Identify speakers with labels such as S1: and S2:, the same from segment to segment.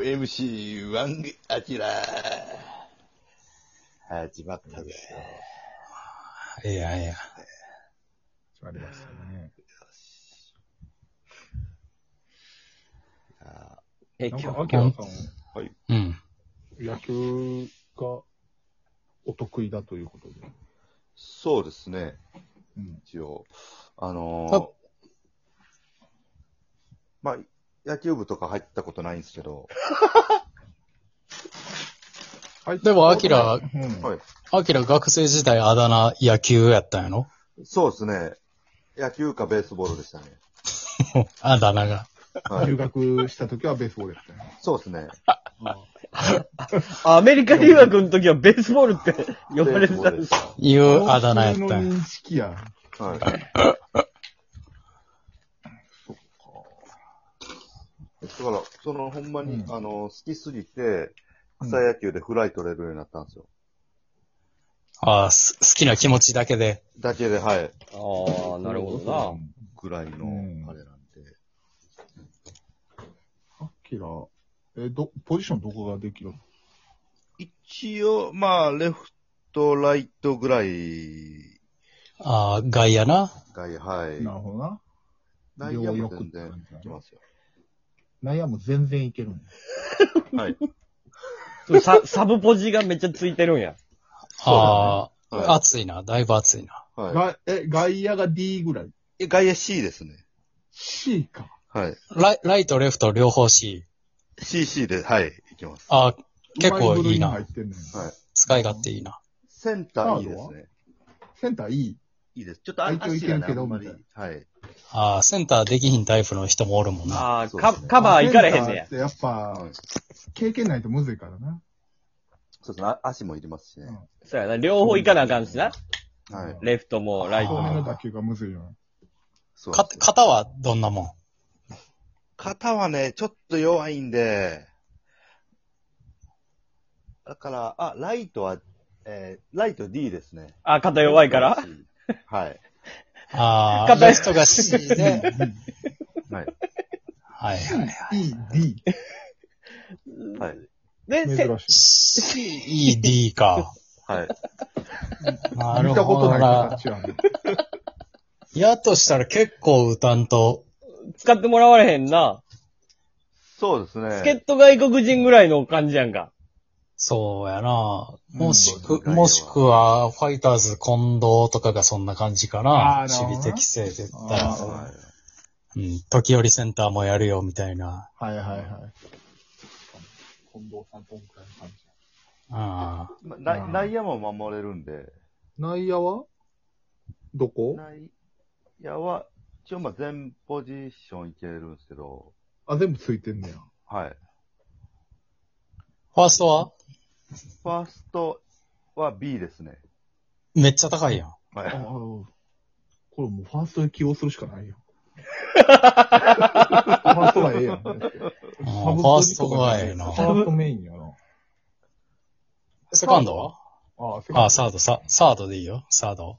S1: 4MC1 アキラ始まったぜ。
S2: いやいや。
S3: 決まりましたね。
S1: え、今
S3: なん
S1: 日
S3: か、、秋田さん、
S2: うん。
S3: 野球がお得意だということで。
S1: そうですね、
S3: うん。
S1: 一応。あのーまあ、野球部とか入ったことないんですけど、
S3: はい
S2: でも、アキラ、
S3: うん。
S1: はい
S2: アキラ学生時代あだ名野球やったんやろ
S1: そうですね、野球かベースボールでしたね。
S2: あだ名が。
S1: はい
S3: 留学した時はベースボールやったよね。
S1: そうですね。
S4: アメリカ留学の時はベースボールって呼ばれてたんです。
S1: す。
S2: いう あだ名やったん
S3: 共
S2: や。
S3: 通の認識や。
S1: はい。だから、その、ほんまに、
S3: うん
S1: あの、好きすぎて、草野球でフライ取れるようになったんですよ。
S2: ああ、す好きな気持ちだけで。
S1: だけで、はい、
S4: ああ、なるほど
S1: ぐらいの
S3: うん、
S1: あれなんで。
S3: アキラ、え、ど、ポジションどこができる
S1: 一応、まあ、レフト、ライトぐらい
S2: ああ、外野な。
S1: が、はい。
S3: なるほどな。
S1: 内野も全然いきますよ。
S3: 内野も全然いけるんや
S1: はい。
S4: な。ササブポジがめっちゃついてるんや。
S2: ああ、
S1: は
S2: 暑いな。だいぶ暑いな。
S1: い。は
S3: がえ、外野が D ぐらい。
S1: い、外野 C ですね。
S3: C か。
S1: はい。
S2: ライライト、レフト、両方 C。
S1: CC で、はい、いきます。
S2: ああ、結構
S3: うま
S2: いい
S3: 部類に
S2: な
S3: 入。ってんねん
S1: はい。
S2: 使い勝手いいな。
S1: センターいいです
S3: サード
S1: ね。
S3: センター E。
S1: いいです。ちょっと
S3: 相手いけるけどみたい
S1: はい。
S2: ああ、センターできひんタイプの人もおるもんな。
S4: ああ、
S1: そうで
S4: カ
S1: すね
S4: カバー行かれへんね
S3: センタ
S4: や
S3: ーっ。てやっ
S1: は
S3: ぱ
S1: い、
S3: 経験ないとむずいからな。
S1: そうですね。あ足もいりますしね。
S4: そうやな。両方行かなあかんしな。
S1: はい。
S4: レフトもライ
S3: 遠
S4: トも。
S3: めの打球がむずいよな。
S1: そうなん
S2: か
S1: ですよ
S2: 型はどんなもん
S1: 肩はね、ちょっと弱いんで、だから、あ、ライトは、えー、ライト D ですね。
S4: あ、肩弱いから。
S1: はい。
S2: ああ、
S4: 型
S2: レフトが C で。
S1: はい。
S2: はいはいはい。
S3: E、D。
S1: はい。
S4: で、
S3: 珍
S4: せ
S3: し
S2: C、E、D か。
S1: はい。
S3: い。
S2: な
S3: 見
S2: る
S3: たこ
S2: ほ
S3: と
S2: ど
S3: ない
S2: な。
S3: 形やね。
S2: やとしたら結構歌たんと、
S4: 使ってもらわれへんな。
S1: そうですね。
S4: 助っ人外国人ぐらいの感じやんか。
S2: そうやな。もし
S1: うん
S2: く、もしくは、ファイターズ近藤とかがそんな感じかな。
S3: あーなるほど
S2: 守備
S3: な
S2: 適正で言った
S3: あ
S2: ら
S3: ー。
S1: はい
S2: うん、時折センターもやるよ、みたいな。
S3: はいはいはい。近藤さんとみたいな感じ。
S2: ああ。
S1: ま内内野も守れるんで、
S3: 内野はどこ
S1: 内野は、一応まあ全ポジションいけるんですけど、
S3: あ、全部ついてんねや。
S1: はい。
S2: ファーストは
S1: ファーストは B ですね。
S2: めっちゃ高いやん。
S1: は
S3: ああ、
S1: い。
S3: これもうファーストに起用するしかない よ。ファーストがええやん。だって
S2: うんフ
S3: サ
S2: ァ
S3: ブ
S2: ー
S3: ス
S2: スト
S3: トに
S2: がええな
S3: フ。ァーストメインやな。
S2: セカンドは
S3: ああ、セ
S2: あーサード、ササードでいいよ。サード。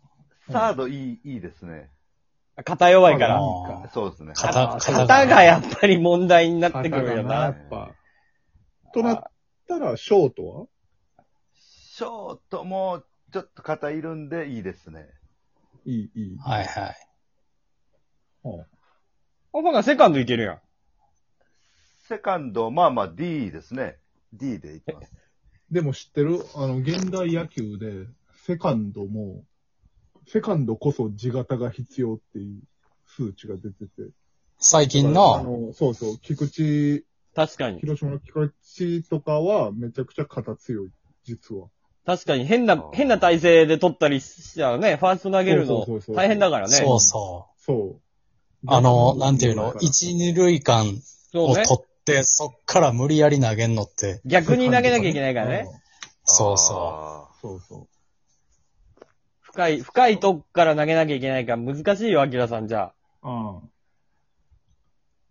S1: サードいい、いいですね。
S4: 肩弱いか
S3: あー
S4: ら。
S2: あー
S1: そうですね。
S2: 肩
S4: あ
S2: 肩が
S4: 肩がやっぱり問題になってくるよ
S3: な、や
S4: な。
S3: っぱ。となったら、ショートは
S1: ショートも、ちょっと肩いるんでいいですね。
S3: いい、いい。
S2: はいはい。
S3: うん
S4: ほんならセカンドいけるやん。
S1: セカンド、まあまあ D ですね。D でいきます。
S3: でも知ってるあの、現代野球で、セカンドも、セカンドこそ地型が必要っていう数値が出てて。
S2: 最近
S3: あ
S2: の、
S3: の、そうそう、菊池、
S4: 確かに。
S3: 広島の菊池とかはめちゃくちゃ肩強い、実は。
S4: 確かに変な、変な体勢で取ったりしたらね、ファースト投げるの
S3: そうそうそうそう
S4: 大変だからね。
S2: そうそう。
S3: そう。
S2: あの、なんていうの、
S3: 逆
S2: 一、二塁間
S4: そう
S2: を取
S4: ね。
S2: って、そっから無理やり投げんのって、
S4: 逆に投げなきゃいけないからね。。
S2: そうそう。
S3: うんそうそ
S4: 深い、深いとこから投げなきゃいけないから難しいよ、アキラさんじゃあ。
S3: う。うん。
S1: う。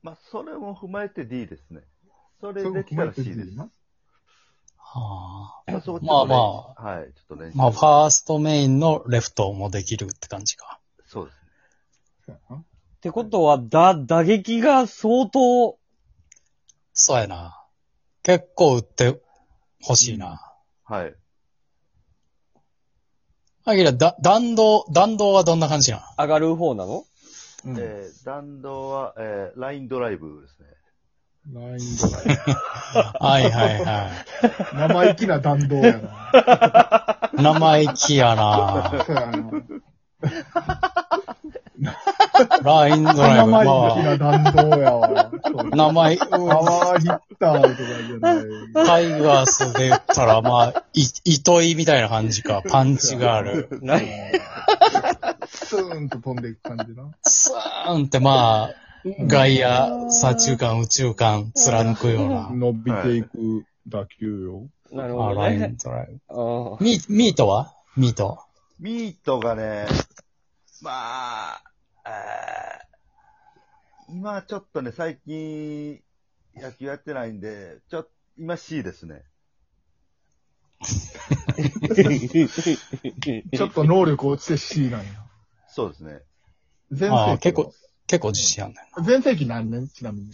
S1: まあ、それも踏まえて D ですね。それできたら C です。
S3: な。
S2: は
S1: まあ、そ
S2: まあま
S1: あ。はい、ちょっと練
S2: あ、
S1: 習。
S2: まあ、ファーストメインのレフトもできるって感じか。
S1: そうですね。
S3: そうやな
S4: ってことは、だ、打撃が相当、
S2: そうやな。結構打ってほしいな。
S1: はい。
S2: アキラ、だ、弾道、弾道はどんな感じなん
S4: 上がる方なの
S3: うん。ライ
S1: えー、弾道は、えー、ラインドライブですね。
S3: ンドライブ
S2: はいはいは
S3: 生意気な弾道やな。
S2: い。生意気やな
S3: そうやな。
S2: ラインドライブ。ま
S3: 生意気な弾道やわ。そう
S2: あ、名前、
S3: パワーヒッターとかじゃない。
S2: タイガースで言ったら、まあ、い、糸井みたいな感じか。パンチがある。
S4: な
S3: スーンと飛んでいく感じな。
S2: スーンってまあ、外野、左中間、右中間、貫くような。
S3: 伸びていく打球よ。
S4: なる
S2: あ
S4: ほど
S2: ライ
S4: ね
S2: ン。ドライブ。
S4: うん
S2: ミミートはミート。
S1: ミートがね、まあ、えー今ちょっとね、最近野球やってないんで、ちょっと、今 C ですね。
S3: ちょっと能力落ちて C なんや。
S1: そうですね。
S3: 前
S2: ああ、
S3: 世紀
S2: 結構、結構自信あんねん。
S3: の。前世紀何年ちなみに。い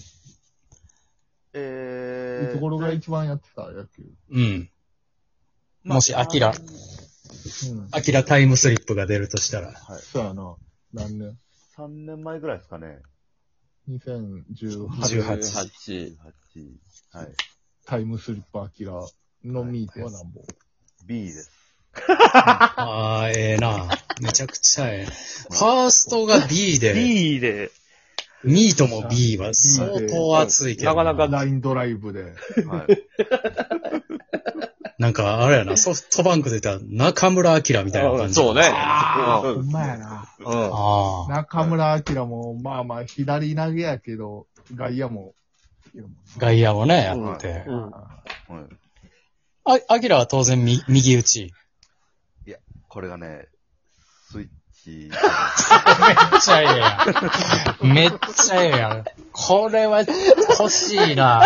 S1: え
S3: つ
S1: ー、
S3: 頃が一番やってた野球。
S2: うん。もし、アキラ、
S3: うん。
S2: アキラタイムスリップが出るとしたら。
S3: そうやな。何年
S1: 3年前ぐらいですかね。
S3: ?2018
S2: 18
S4: 18。
S1: 18はい。
S3: タイムスリップアキラのミートはなんぼ。
S1: B です。
S2: ああ、ええな。めちゃくちゃええ。ファーストが B で、
S4: B で、
S2: ミートも B は相当熱いけど。
S4: なかなか
S3: ラインドライブで。
S1: はい。
S2: なんか、あれやな、ソフトバンクで言ったら中村明みたいな感じ。
S4: そうね。。
S3: ほんまやな。
S4: うん
S2: ああ、
S3: 中村明も、まあまあ、左投げやけど、外野も、いるもん
S2: 外野もね、やって。
S4: うん。
S1: うん
S2: あ、アキラは当然み右打ち。
S1: これがね、スイッチ。
S2: めっちゃええやん。めっちゃええやん。これは欲しいな。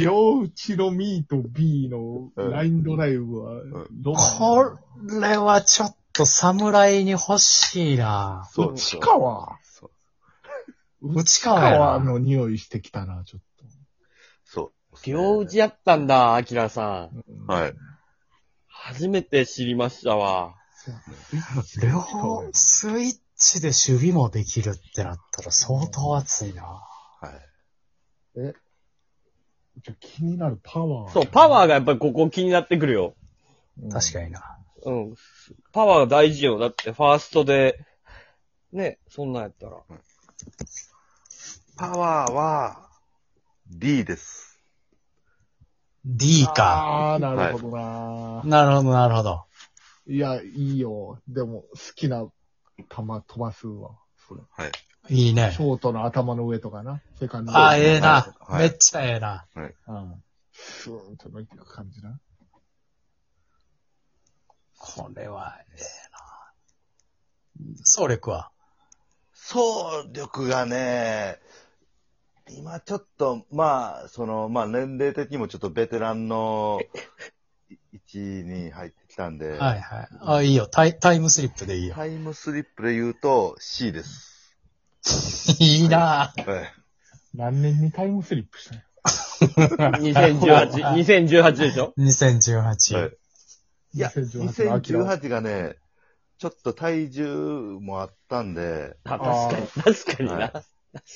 S3: 両打ちのミーと B のラインドライブは、どう
S2: これはちょっと侍に欲しいな。
S1: そう。
S3: 内川
S1: そう。
S2: 内
S3: 内
S2: 川や
S3: 川
S2: な。
S3: の匂いしてきたな、ちょっ
S1: そう。
S4: 両打ちやったんだ、アキラさん。
S3: と。うん
S1: はい。
S4: 初めて知りましたわ。
S2: 両方スイッチで守備もできるってなったら相当熱いな。
S1: はい。
S3: ちょ気になるパワー。
S4: そう、パワーがやっぱりここ気になってくるよ。
S3: うん
S2: 確かにな。
S4: うん。パワーが大事よ。だって、ファーストで、ね、そんなんやったら。
S1: パワーは、D です。
S2: D か。
S3: ああ、なるほどな。
S2: なるほど、なるほど。
S3: いや、いいよ。でも、好きな球飛ばすわ。それ。
S2: いいね
S3: シ。ョートの頭の上とかな。セカンド。
S2: ああ、ええな。
S1: はい
S2: めっちゃええな。
S3: うん。スーンと伸びていく感じな。
S2: これはええな。総力は
S1: 総力がね、今ちょっと、まあ、その、まあ年齢的にもちょっとベテランのい位置に入ってきたんで、
S2: はいはい。ああ、いいよ。タイ、タイムスリップでいいよ。
S1: タイムスリップで言うと C です。
S2: いいな
S1: はい。
S3: 何年にタイムスリップしたんや
S4: 2018、2018でしょ
S1: は
S2: 2018
S1: い。いや、
S3: 2018秋だ
S1: 2018がね、ちょっと体重もあったんで、
S4: あ
S3: あー
S4: 確かに、確かにな。
S1: はい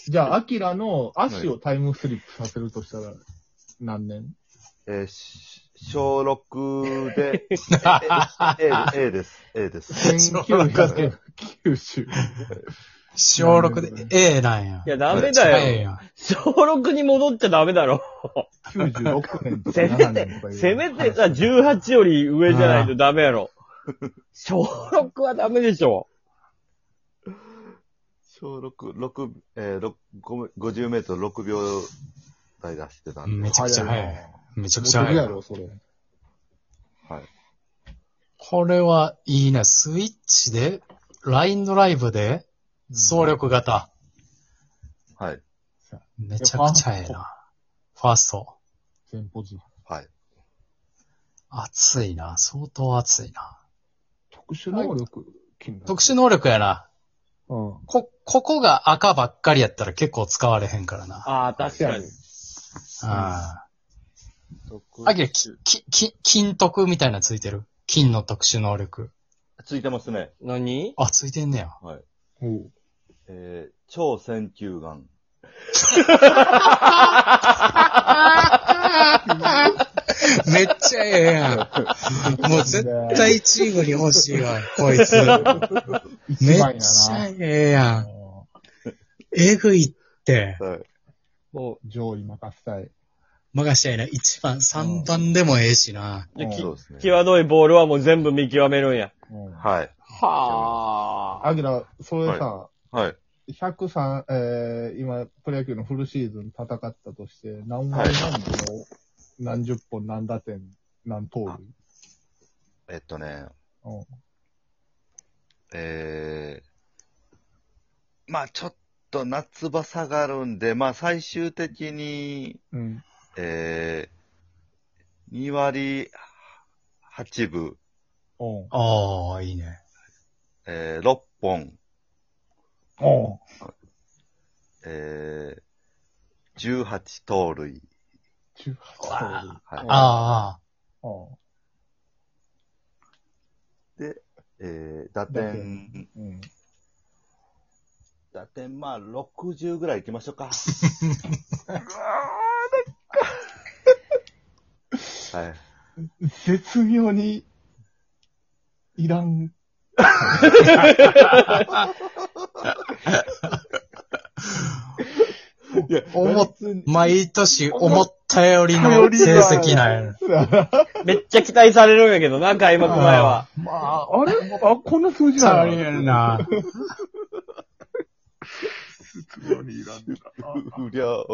S3: じゃあ、アキラの足をタイムスリップさせるとしたら、何年
S1: えーし小6で、 え A, A です。A です。
S3: ?1990。
S2: 小6で A なんや
S4: い。や、ダメ
S2: え
S4: だ
S2: え
S4: よ。
S2: やん。
S4: 小6に戻っちゃダメだろ。
S3: 96年とか
S4: せ
S3: 7
S4: めて
S3: 年とか、いう
S4: せめてさ、18より上じゃないとダメやろ。小6はダメでしょ。
S1: 小6、6、えー、ろご50メートル6秒台出してたんで、
S2: めちゃくちゃ早い。めちゃくちゃ
S3: モデル
S2: 早
S3: や
S2: い。
S3: ろ、それ。
S1: はい。
S2: これはいいね。スイッチで、ラインドライブで、総力型。
S1: はい。
S2: めちゃくちゃええな。ファースト。
S3: 前ポジ。
S1: はい。
S2: 熱いな。相当熱いな。
S3: 特殊能力、
S2: 特殊能力やな。
S3: うん。
S2: こ、ここが赤ばっかりやったら結構使われへんからな。
S4: ああ、確かに。
S2: あ
S1: 特
S2: あ。あきら、き、き、き、金徳みたいなのついてる金の特殊能力。
S1: ついてますね。
S4: 何
S2: あ、ついてんねや。
S1: はい。
S3: おう
S1: えー、超選球眼。
S2: めっちゃええやん。もう絶対チームに欲しいわ、こいつ。 め
S3: 一番
S2: っ
S3: や
S2: ちゃ
S3: な。
S2: ええやん。えぐいって。
S1: はい。
S4: も
S3: 上位任せたい。
S2: 任したいな。1番、3番でもええしな。
S4: う、でき
S1: そうですね。
S4: 際どいボールはもう全部見極めるんや。
S3: うん。
S1: はい。
S4: はあ。
S3: あきら、それさ、
S1: はい。
S3: 103、えー、今、プロ野球のフルシーズン戦ったとして、何割何分の何十本何打点何盗塁
S1: えっとね、
S3: うん
S1: えー、まあちょっと夏場下がるんで、まあ最終的に、
S3: うん。
S1: えー、2割8分、
S3: おう
S2: ああ、いいね。
S1: えー、6本、
S3: おう
S1: えー、18盗塁。
S3: 18盗塁。
S1: はい。
S2: ああ、
S3: おう
S1: えー、打点、
S3: うん。
S1: 打点、まあ60ぐらい行きま しょうか。はい。
S3: 絶妙に、いら ん。
S1: いや、
S2: 思っ
S3: 別に
S2: 毎年思ったよりの成績なんや。
S4: めっちゃ期待されるんやけどな、開幕前は。
S3: まあ、あれあ、こんな数字な
S2: あ
S3: の
S2: りえるな。
S3: 絶妙にいらんな。
S1: 不良。